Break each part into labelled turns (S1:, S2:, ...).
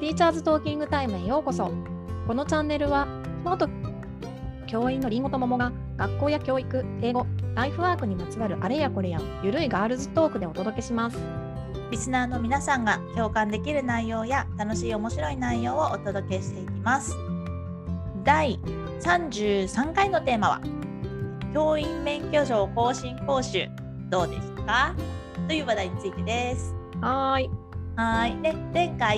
S1: ーチャーズトーキングタイムへようこそこのチャンネルは元教員のりんごと桃が学校や教育、英語、ライフワークにまつわるあれやこれやゆるいガールズトークでお届けします
S2: リスナーの皆さんが共感できる内容や楽しい面白い内容をお届けしていきます。第33回のテーマは教員免許証更新講習どうですかという話題についてです。
S1: はーい、
S2: はい。で前回、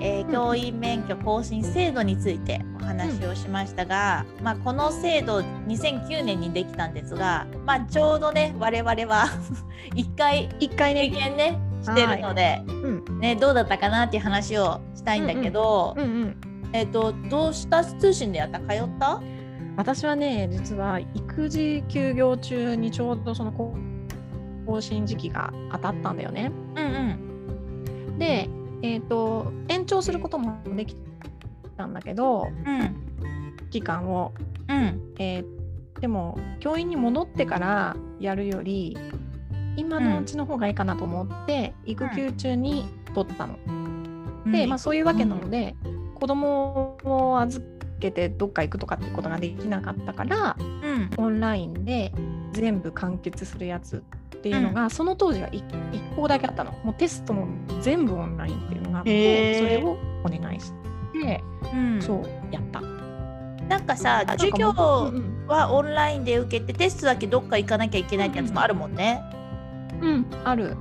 S2: えー
S1: うん
S2: 教員免許更新制度についてお話をしましたが、まあこの制度2009年にできたんですが、まあちょうどね我々は 一回
S1: 一回ね
S2: 経験ねしてるので、
S1: うん
S2: ね、どうだったかなっていう話をしたいんだけど、
S1: うんうん
S2: えっ、とどうした通信でやった通った？
S1: 私はね実は育児休業中にちょうどそのこう更新時期が当たったんだよね。
S2: うんうん
S1: で、えー、と延長することもできたんだけど
S2: うん
S1: 期間を、
S2: うん
S1: えーでも教員に戻ってからやるより今のうちの方がいいかなと思って、育休中に取ったの。
S2: うん。
S1: で、まあ、そういうわけなので、子供を預けてどっか行くとかってことができなかったから
S2: うん
S1: オンラインで全部完結するやつっていうのが、その当時は 1, 校だけあったのもうテストも全部オンラインっていうのがあっ
S2: へ
S1: て
S2: ー
S1: それをお願いして、
S2: うん。
S1: そうやった
S2: なんかさ授業
S1: なんかもううん
S2: はオンラインで受けてテストだけどっか行かなきゃいけないってやつもあるもんね。
S1: うん、うんある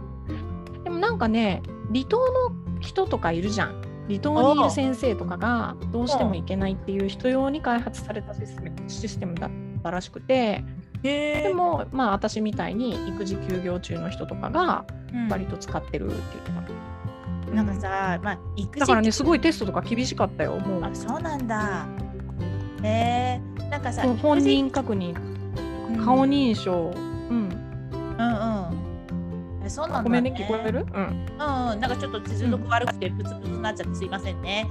S1: でもなんかね離島の人とかいるじゃん離島にいる先生とかがどうしても行けないっていう人用に開発されたシステムシステムだったらしくて
S2: へ
S1: でもまあ私みたいに育児休業中の人とかが割と使ってるって言ってた。
S2: なんかさ、まあ育児
S1: だからね、すごいテストとか厳しかったよ、も
S2: あ
S1: う。
S2: そうなんだ。へえ。なんかさ
S1: もう本人確認、顔認証、うん、
S2: うんうん。えそうなんだ、ね。
S1: ごめんね、聞こえる、うん、
S2: うんうん、なんかちょっと接続悪くてプツプツになっちゃってすいませんね。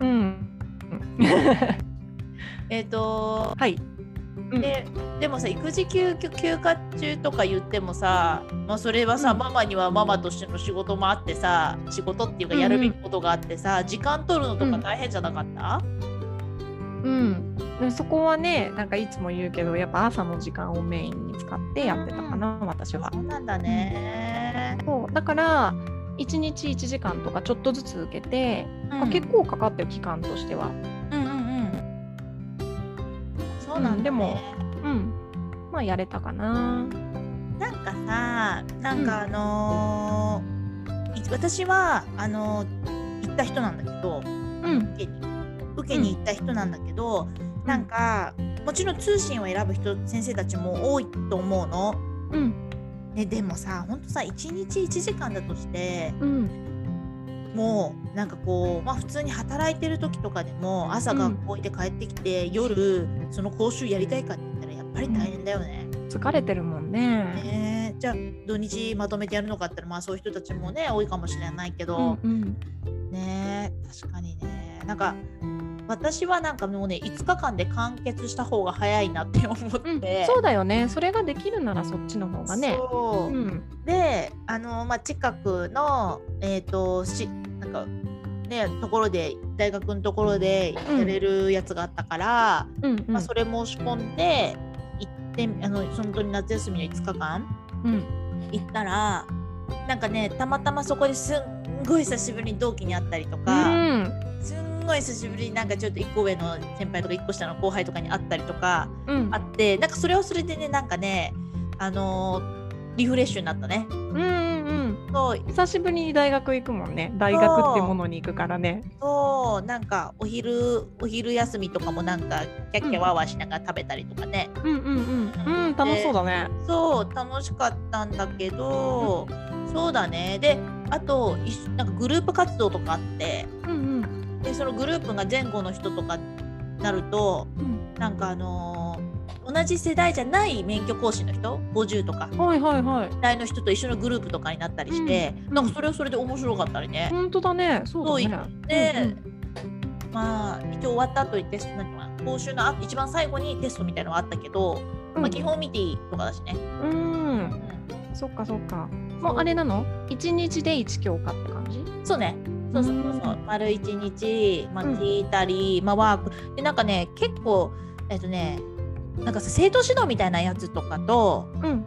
S1: うん、
S2: えっと
S1: はい、うん
S2: ででもさ育児休休休暇中とか言ってもさ、まあ、それはさ、
S1: うん
S2: ママにはママとしての仕事もあってさ仕事っていうか
S1: うんうん
S2: やるべきことがあってさ、時間取るのとか大変じゃなかった、
S1: うん。でそこはね、なんかいつも言うけど、やっぱ朝の時間をメインに使ってやってたかな、私は
S2: そ。うなんだね。
S1: そうだから、1日1時間とかちょっとずつ受けて、
S2: う
S1: あ
S2: ん
S1: 結構かかってる期間としては。
S2: うんうんうん。そうなんだ、ね
S1: うんでもうん。まあ、やれたかな。
S2: なんかさなんかあのーい私はあのー行った人なんだけど
S1: うん。
S2: 受けに受けに行った人なんだけど、なんかもちろん通信を選ぶ人先生たちも多いと思うの。
S1: うん。
S2: ね、でもさほんとさ1日1時間だとして
S1: うん。
S2: もうなんかこう、まあ、普通に働いてる時とかでも朝学校行って帰ってきて、夜その講習やりたいかって言ったらやっぱり大変だよね。
S1: 疲れてるもんね。
S2: ねえじゃあ土日まとめてやるのかって言ったらまあそういう人たちもね多いかもしれないけど。
S1: うん。うん。
S2: ねえ確かにねなんか私はなんかもうね5日間で完結した方が早いなって思って、
S1: うん、そうだよねそれができるならそっちの方がね
S2: そう
S1: うん
S2: であの、まあ、近くのえっ、としなんかねところで大学のところでやれるやつがあったから、
S1: うんうん
S2: まあ、それ申し込んで行ってあのその当に夏休みの5日間
S1: うん
S2: 行ったらなんかねたまたまそこですんごい久しぶりに同期に会ったりと
S1: う
S2: か。
S1: ん
S2: すんごい久しぶりになんかちょっと1個上の先輩とか1個下の後輩とかに会ったりとか
S1: うん
S2: あってなんかそれはそれでねなんかねあのーリフレッシュになったね。
S1: うんうんうん
S2: そう
S1: 久しぶりに大学行くもんね大学ってものに行くからね
S2: そうなんかお昼お昼休みとかもなんかキャッキャワーワーしながら食べたりとかね、
S1: うんうんうんうん楽しそうだね
S2: そう楽しかったんだけど、そうだねであといっなんかグループ活動とかあって
S1: うん
S2: でそのグループが前後の人とかになると
S1: うん
S2: なんかあのー同じ世代じゃない免許講師の人50とか
S1: うんはいはいはい
S2: 世代の人と一緒のグループとかになったりして、
S1: うん
S2: なんかそれはそれで面白かったりね。
S1: 本当だねそうだね
S2: で、まあ一応終わった後にテストなんか講習のあ一番最後にテストみたいのがあったけど、
S1: うん
S2: まあ、基本見ていいとかだしね。
S1: うんそっかそっかもうあれなの一日で一教科って感じ
S2: うんそうねそうそうそうそう丸一日、まあ、
S1: うん
S2: 聞いたり、まあ、ワークでなんかね結構えっとねなんかさ生徒指導みたいなやつとかと
S1: うん、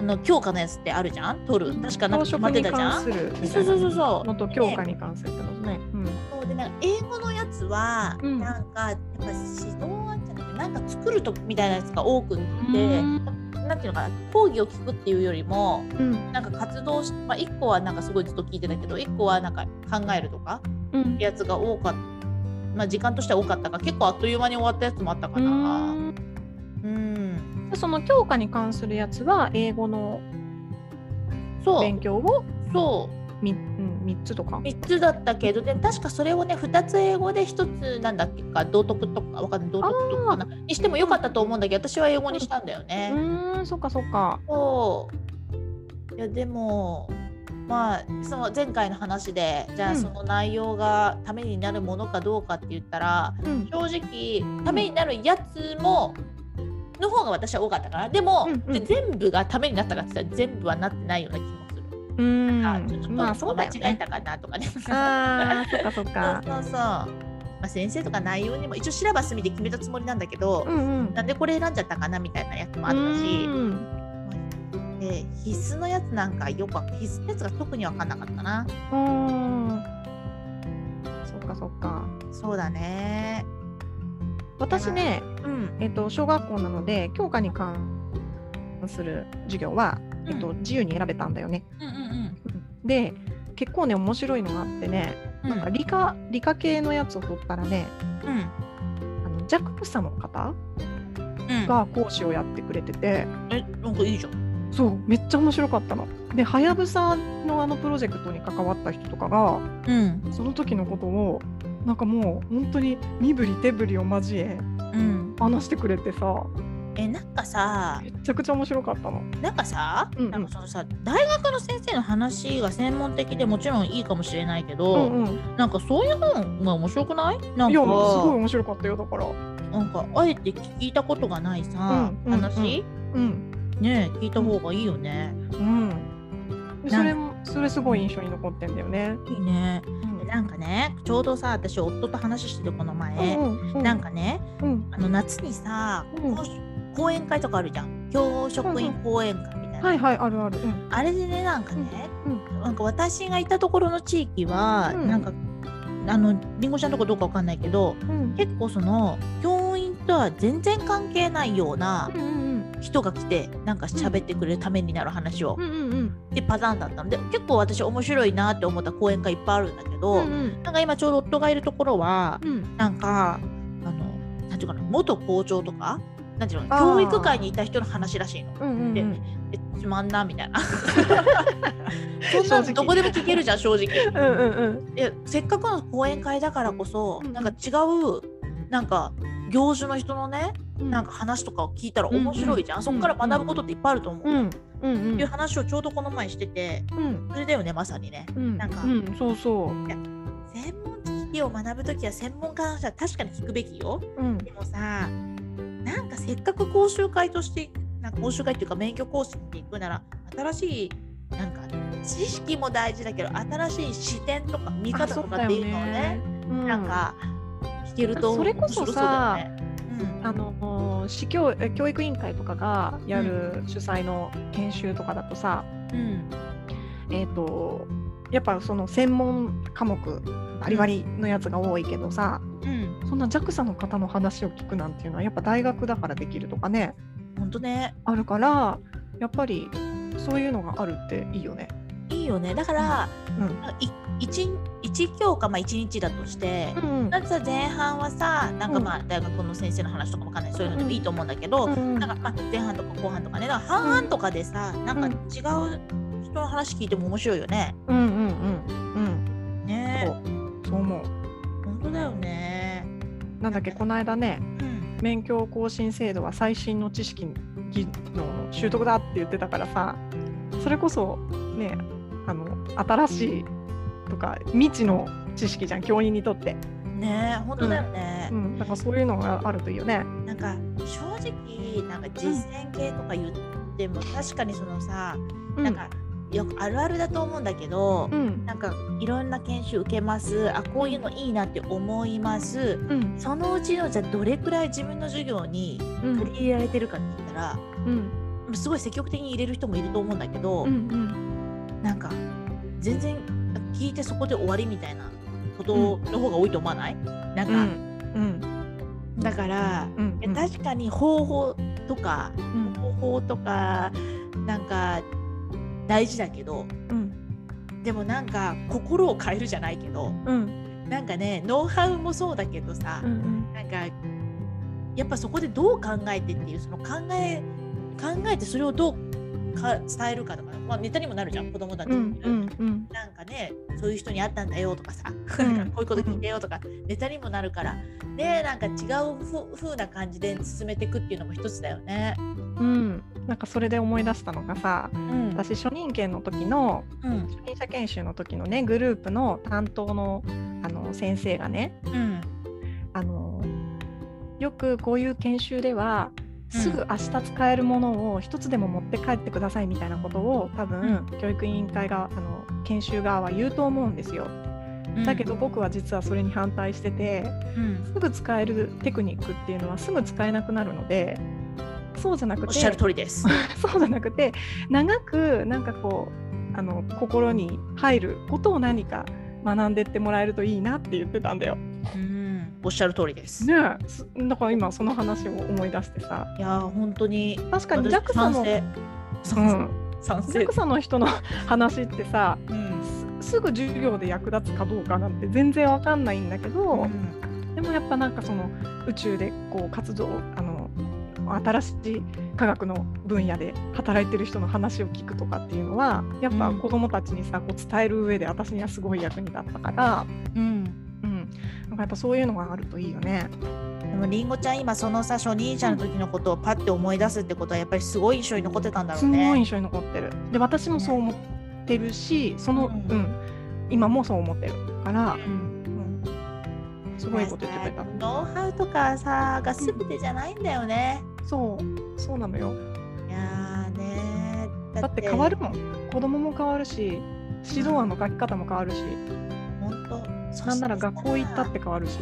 S2: あの教科のやつってあるじゃん取る確かなんか
S1: 教
S2: 決
S1: 職
S2: まって
S1: に
S2: たじゃ
S1: 関
S2: ん
S1: するみた
S2: そ
S1: いうな
S2: そうそうそう
S1: のと教科に関するってことね。うん
S2: そうでなんか英語のやつは、
S1: うん
S2: なんかやっぱ指導じゃなくてなんか作るとみたいなやつが多くって、なんていうのかな講義を聞くっていうよりも
S1: うん
S2: なんか活動し、まあ、1個はなんかすごいずっと聞いてたけど1個はなんか考えるとか
S1: うん
S2: やつが多かった、まあ、時間としては多かったから結構あっという間に終わったやつもあったか
S1: う
S2: な。
S1: ん
S2: うん
S1: その教科に関するやつは英語の
S2: そう
S1: 勉強を
S2: そう
S1: み、うん、3つとか。
S2: 3つだったけどで確かそれをね2つ英語で1つなんだっけか道徳とかわかんない道徳とかかなにしてもよかったと思うんだけど私は英語にしたんだよ
S1: う
S2: ね。
S1: ーんそっかそっか。
S2: そういやでもまあその前回の話でじゃあ
S1: うん
S2: その内容がためになるものかどうかって言ったら、
S1: うん
S2: 正直ためになるやつもの方が私は多かったからでも、
S1: うんうん
S2: で全部がためになったかって言ったら全部はなってないような気もする。
S1: う
S2: あ
S1: ー
S2: ちょっと
S1: んまあそうだよ
S2: 間違え
S1: ね。
S2: たかなとかね。
S1: ああそっかそっ
S2: そう
S1: か。
S2: そうそう。まあ、先生とか内容にも一応シラバス見て決めたつもりなんだけど、
S1: うんうん。
S2: なんでこれ選んじゃったかなみたいなやつもあったし、
S1: うん
S2: で必須のやつなんかよくわ必須のやつが特に分かんなかったな。
S1: あーそっかそっか。
S2: そうだね。
S1: 私ね、
S2: うん。
S1: えっと、小学校なので教科に関する授業は、えっと、自由に選べたんだよね。
S2: うんうん
S1: で結構ね面白いのがあってね
S2: うん。なんか
S1: 理科理科系のやつを取ったらね
S2: うん
S1: あの弱者の方
S2: うん。
S1: が講師をやってくれてて
S2: えなんかいいじゃん。
S1: そうめっちゃ面白かったの。ではやぶさのあのプロジェクトに関わった人とかが
S2: うん
S1: その時のことをなんかもう本当に身振り手振りを交え
S2: うん。
S1: 話してくれてさ
S2: えなんかさ
S1: めちゃくちゃ面白かったの。
S2: なんかさ、
S1: うんうん
S2: なんかそのさ大学の先生の話が専門的でもちろんいいかもしれないけど、
S1: うんうん、い
S2: なんかそういう本が面白くない？なん
S1: や
S2: か
S1: すごい面白かったよだから。
S2: なんかあえて聞いたことがないさ、
S1: うんうんうん
S2: 話
S1: うん、
S2: ねえ聞いた方がいいよね。
S1: うん、でそれもそれすごい印象に残ってんだよね。
S2: いいね。
S1: うん
S2: なんかねちょうどさ私夫と話しててこの前、
S1: うん
S2: なん、かね
S1: うんうん
S2: あの夏にさ、
S1: うん
S2: こう講演会とかあるじゃん教職員講演会みたいな、
S1: はいはいあるある。うん
S2: あれでねなんかね、
S1: う
S2: なんか私がいたところの地域は、
S1: うん
S2: なんかあのりんごちゃんのとこどうかわかんないけど
S1: うん
S2: 結構その教員とは全然関係ないような
S1: うんうん
S2: 人が来てなんか喋ってくれるためになる話を、
S1: うんうんうん
S2: でパターンだったので結構私面白いなって思った講演会いっぱいあるんだけ
S1: う
S2: ど、
S1: んうん
S2: なんか今ちょうど夫がいるところは
S1: うん
S2: なんかあのなんていうかな元校長とかなんていうの
S1: あー
S2: 教育界にいた人の話らしいの。
S1: うんうん
S2: で
S1: うん
S2: えつまんなみた いなそん
S1: 正
S2: な
S1: 直
S2: のどこでも聞けるじゃん正直
S1: うんうん
S2: えせっかくの講演会だからこそ、
S1: うん
S2: なんか違うなんか業種の人のね
S1: うん
S2: なんか話とかを聞いたら面白いじゃん、そこから学ぶことっていっぱいあると思う、
S1: う
S2: っ
S1: んうんうん
S2: ていう話をちょうどこの前してて
S1: うん
S2: それだよねまさにね
S1: うん
S2: なんか
S1: うんそうそう
S2: 専門知識を学ぶときは専門家の話は確かに聞くべきよ
S1: うん
S2: でもさなんかせっかく講習会としてなんか講習会っていうか免許講師って行くなら新しいなんか知識も大事だけど新しい視点とか見
S1: あ
S2: 方
S1: そ
S2: と
S1: う
S2: か
S1: だ
S2: っ
S1: よ
S2: ていうのをね
S1: うん
S2: なんか聞けると
S1: それこ
S2: 面
S1: そ
S2: 白そうだ
S1: さ
S2: よね。うん
S1: あの市教え教育委員会とかがやる主催の研修とかだとさ
S2: うん
S1: えっとやっぱその専門科目バリバリのやつが多いけどさ
S2: うん
S1: そんな JAXA の方の話を聞くなんていうのはやっぱ大学だからできるとかね
S2: 本当ね
S1: あるからやっぱりそういうのがあるっていいよね。
S2: いいよねだから、
S1: うん
S2: なんかい一一教科まあ一日だとして、
S1: うん
S2: まずは前半はさなんかまあ大学の先生の話とかもわかんないそういうのでもいいと思うんだけど、
S1: うん
S2: なんかまあ前半とか後半とかねだから半々とかでさ、なんか違う人の話聞いても面白いよね。
S1: うんうんうん
S2: ね
S1: うんそう思う。
S2: 本当だよね。
S1: なんだっけこの間ね
S2: うん、
S1: 免許更新制度は最新の知識技能の習得だって言ってたからさそれこそねあの新しいとか未知の知識じゃん教員にとって、
S2: ね本当だよね
S1: う。ん、なんかそういうのがあるといいよね。
S2: なんか正直なんか実践系とか言っても確かにそのさ、
S1: う
S2: なんかよくあるあるだと思うんだけど、
S1: うん
S2: なんかいろんな研修受けますあこういうのいいなって思います
S1: うん
S2: そのうちのじゃあどれくらい自分の授業に
S1: うん
S2: 取り入れられてるかって言ったら
S1: うん
S2: すごい積極的に入れる人もいると思うんだけど、
S1: うんうん
S2: なんか全然聞いてそこで終わりみたいなことの方が多いと思わない、なん
S1: う
S2: か、
S1: ん
S2: だから、
S1: うん
S2: いや確かに方法とか
S1: うん
S2: 方法とかなんか大事だけど
S1: うん
S2: でもなんか心を変えるじゃないけど
S1: うん
S2: なんかねノウハウもそうだけどさ、
S1: うん
S2: なんかやっぱそこでどう考えてっていうその考え考えてそれをどうか伝えるかとか、まあ、ネタにもなるじゃん子供だって、
S1: うんうんうん
S2: なんかねそういう人に会ったんだよとかさ、
S1: ん
S2: なんかこういうこと聞いてよとか、ネタにもなるからでなんか違うふ風な感じで進めていくっていうのも一つだよね。
S1: うんなんかそれで思い出したのがさ
S2: うん
S1: 私初任研の時の
S2: うん
S1: 初任者研修の時のねグループの担当のあの先生がね
S2: うん
S1: あのよくこういう研修ではすぐ明日使えるものを一つでも持って帰ってくださいみたいなことを多分教育委員会があの研修側は言うと思うんですよ。だけど僕は実はそれに反対してて
S2: うん
S1: すぐ使えるテクニックっていうのはすぐ使えなくなるのでそうじゃなく
S2: おってしゃる通りです。
S1: そうじゃなくて長くなんかこうあの心に入ることを何か学んでってもらえるといいなって言ってたんだよ。
S2: うんおっしゃる通りです。
S1: ねえすだから今その話を思い出してさ
S2: いやー本当に
S1: 確かに JAXA
S2: 賛
S1: の、
S2: 成
S1: う
S2: 賛成
S1: ん、
S2: 賛成
S1: JAXA の人の話ってさ
S2: うん
S1: すすぐ授業で役立つかどうかなんて全然わかんないんだけど、でもやっぱなんかその宇宙でこう活動あの新しい科学の分野で働いてる人の話を聞くとかっていうのはやっぱ
S2: うん
S1: 子どもたちにさこう伝える上で私にはすごい役に立ったから、
S2: うん
S1: うん、なんかやっぱそういうのがあるといいよね。
S2: でもりんごちゃん今そのさ初任者の時のことをパッて思い出すってことはやっぱりすごい印象に残ってたんだろ
S1: す
S2: う
S1: ごい
S2: ね。
S1: 印象に残ってるで私もそう思ってるしその、
S2: うん
S1: うん今もそう思ってるから、
S2: うん
S1: うんすごいこと言ってくれた
S2: ノウハウとかさが全てじゃないんだよね。
S1: そうそうなのよ
S2: いやーねー
S1: だって変わるもん子供も変わるし指導案の書き方も変わるし、
S2: 本当
S1: なんなら学校行ったって変わるし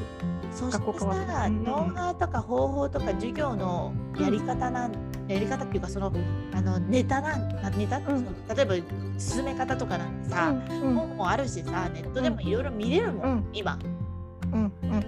S2: そして
S1: 学校変わった
S2: さ
S1: うん
S2: ノウハウとか方法とか授業のやり方なん、やり方っていうかそのあのネタなんあネタ、
S1: うん
S2: 例えば進め方とかなんて
S1: う
S2: さ、
S1: んうん
S2: 本もあるしさネットでもいろいろ見れるもん、
S1: うん
S2: 今
S1: うんうん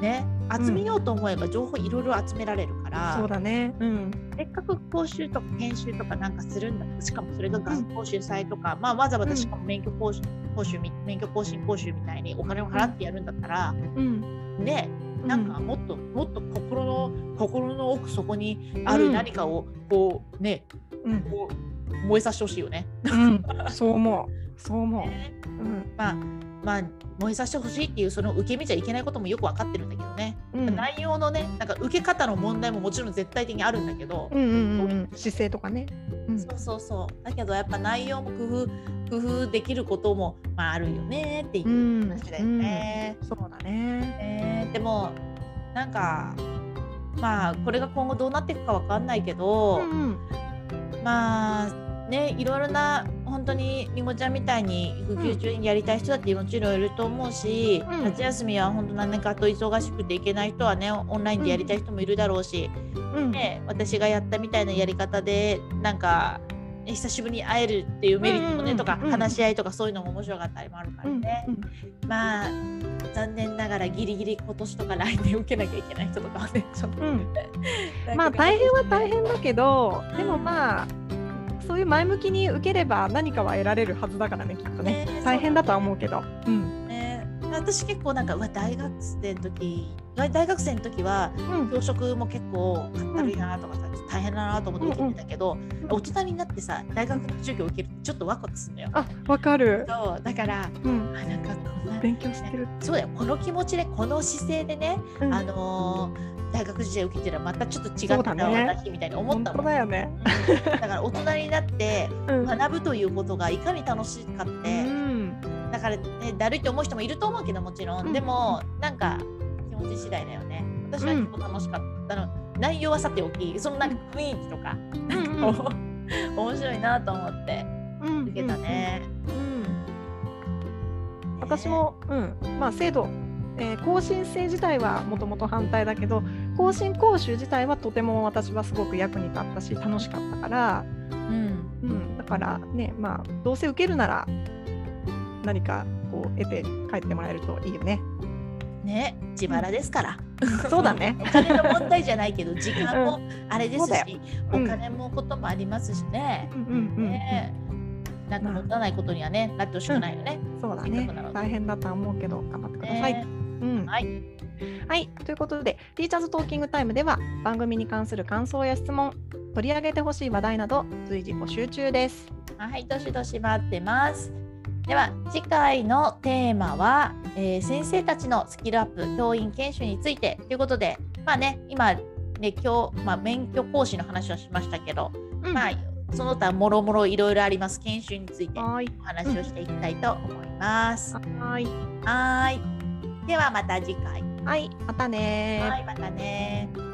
S2: ね集めようと思えば情報いろいろ集められるから、
S1: そうだねうん
S2: せっかく講習とか研修とかなんかするんだしかもそれが学校主催とか、まあ、わざわざしかも免許講習、講習み免許更新講習みたいにお金を払ってやるんだったら、
S1: うん
S2: ねなんかもっともっと心の心の奥底にある
S1: うん
S2: 何かをこうね
S1: うん、
S2: こう燃えさせてほしいよね。
S1: うん、そう思うそう思う、うん
S2: まあまあ燃えさせてほしいっていうその受け身じゃいけないこともよく分かってるんだけどね、
S1: うん、
S2: 内容のねなんか受け方の問題ももちろん絶対的にあるんだけど、
S1: うんうんうんうん姿勢とかね、うん
S2: そうそうそうだけどやっぱ内容も工夫工夫できることも、まあ、あるよねっていううん話だよね。
S1: うんそうだね
S2: えーでもなんかまあこれが今後どうなっていくかわかんないけど、
S1: うん
S2: まあねいろいろな本当にりんごちゃんみたいに育休中にやりたい人だってもちろんいると思うし、
S1: うん
S2: 夏休みは本当何年かと忙しくていけない人はねオンラインでやりたい人もいるだろうし、
S1: うん
S2: ね、私がやったみたいなやり方でなんかね久しぶりに会えるっていうメリットも
S1: うんうんう
S2: ね
S1: ん
S2: とか
S1: うん
S2: 話し合いとかそういうのも面白かったりもあるから
S1: うん
S2: ね、まあ残念ながらギリギリ今年とか来年受けなきゃいけない人とかはねちょっと
S1: うんうんまあ大変は大変だけどでもまあそういう前向きに受ければ何かは得られるはずだからねきっとね
S2: ね
S1: 大変だとは思うけどうん
S2: ね、私結構なんかうわ大学生の時大学生の時は
S1: うん
S2: 教職も結構かったるいなとかさ、ちょっと大変だなと思って受けてたけど、
S1: うん
S2: 大人になってさ大学の授業受けるとちょっとワクワクするのよ。
S1: あわかる
S2: そうだから
S1: うん
S2: あなんかこんな
S1: 勉強してる
S2: そうだよこの気持ちでこの姿勢でね、
S1: うん
S2: あのー大学時代受けてたらまたちょっと違
S1: そ
S2: っ
S1: うだ
S2: たな、
S1: ね
S2: 私みたいに思っ
S1: 本
S2: た
S1: 当
S2: もん。
S1: だよね
S2: うんだから大人になって
S1: うん
S2: 学ぶということがいかに楽しかって、
S1: うん
S2: だから、ね、だるいって思う人もいると思うけどもちろん、
S1: うん
S2: でもなんか気持ち次第だよね私は結構楽しかった、あの内容はさておきそのなんか雰囲気とか、
S1: うん
S2: 面白いなと思って
S1: うん
S2: いけたね。
S1: うん、
S2: ね
S1: 私も、うんまあ、制度、えー更新制自体はもともと反対だけど更新講習自体はとても私はすごく役に立ったし楽しかったから、
S2: うん
S1: うん、だからねまあどうせ受けるなら何かこう得て帰ってもらえるといいよね。
S2: ね自腹ですから。
S1: そうだね
S2: お金の問題じゃないけど時間もあれです
S1: そうだよ
S2: し、
S1: うん
S2: お金もこともありますしね。
S1: うんうんうん
S2: ねなんか持たないことにはねなってほしくないよね。
S1: そうだ
S2: せっ
S1: ね
S2: かくなので
S1: 大変だとは思うけど頑張ってください。
S2: ね
S1: うん
S2: はい
S1: はい、ということで、ティーチャーズトーキングタイムでは、番組に関する感想や質問、取り上げてほしい話題など、随時募集中です。
S2: はい、どしどし待ってます。では次回のテーマは、えー先生たちのスキルアップ教員研修についてということでまあね今ね今日、まあ、免許講師の話をしましたけど、
S1: うん
S2: まあその他もろもろいろいろあります研修について
S1: はーい、
S2: お話をしていきたいと思います。
S1: はーい、
S2: はーいではまた次回。
S1: はい、またねー
S2: はいまたね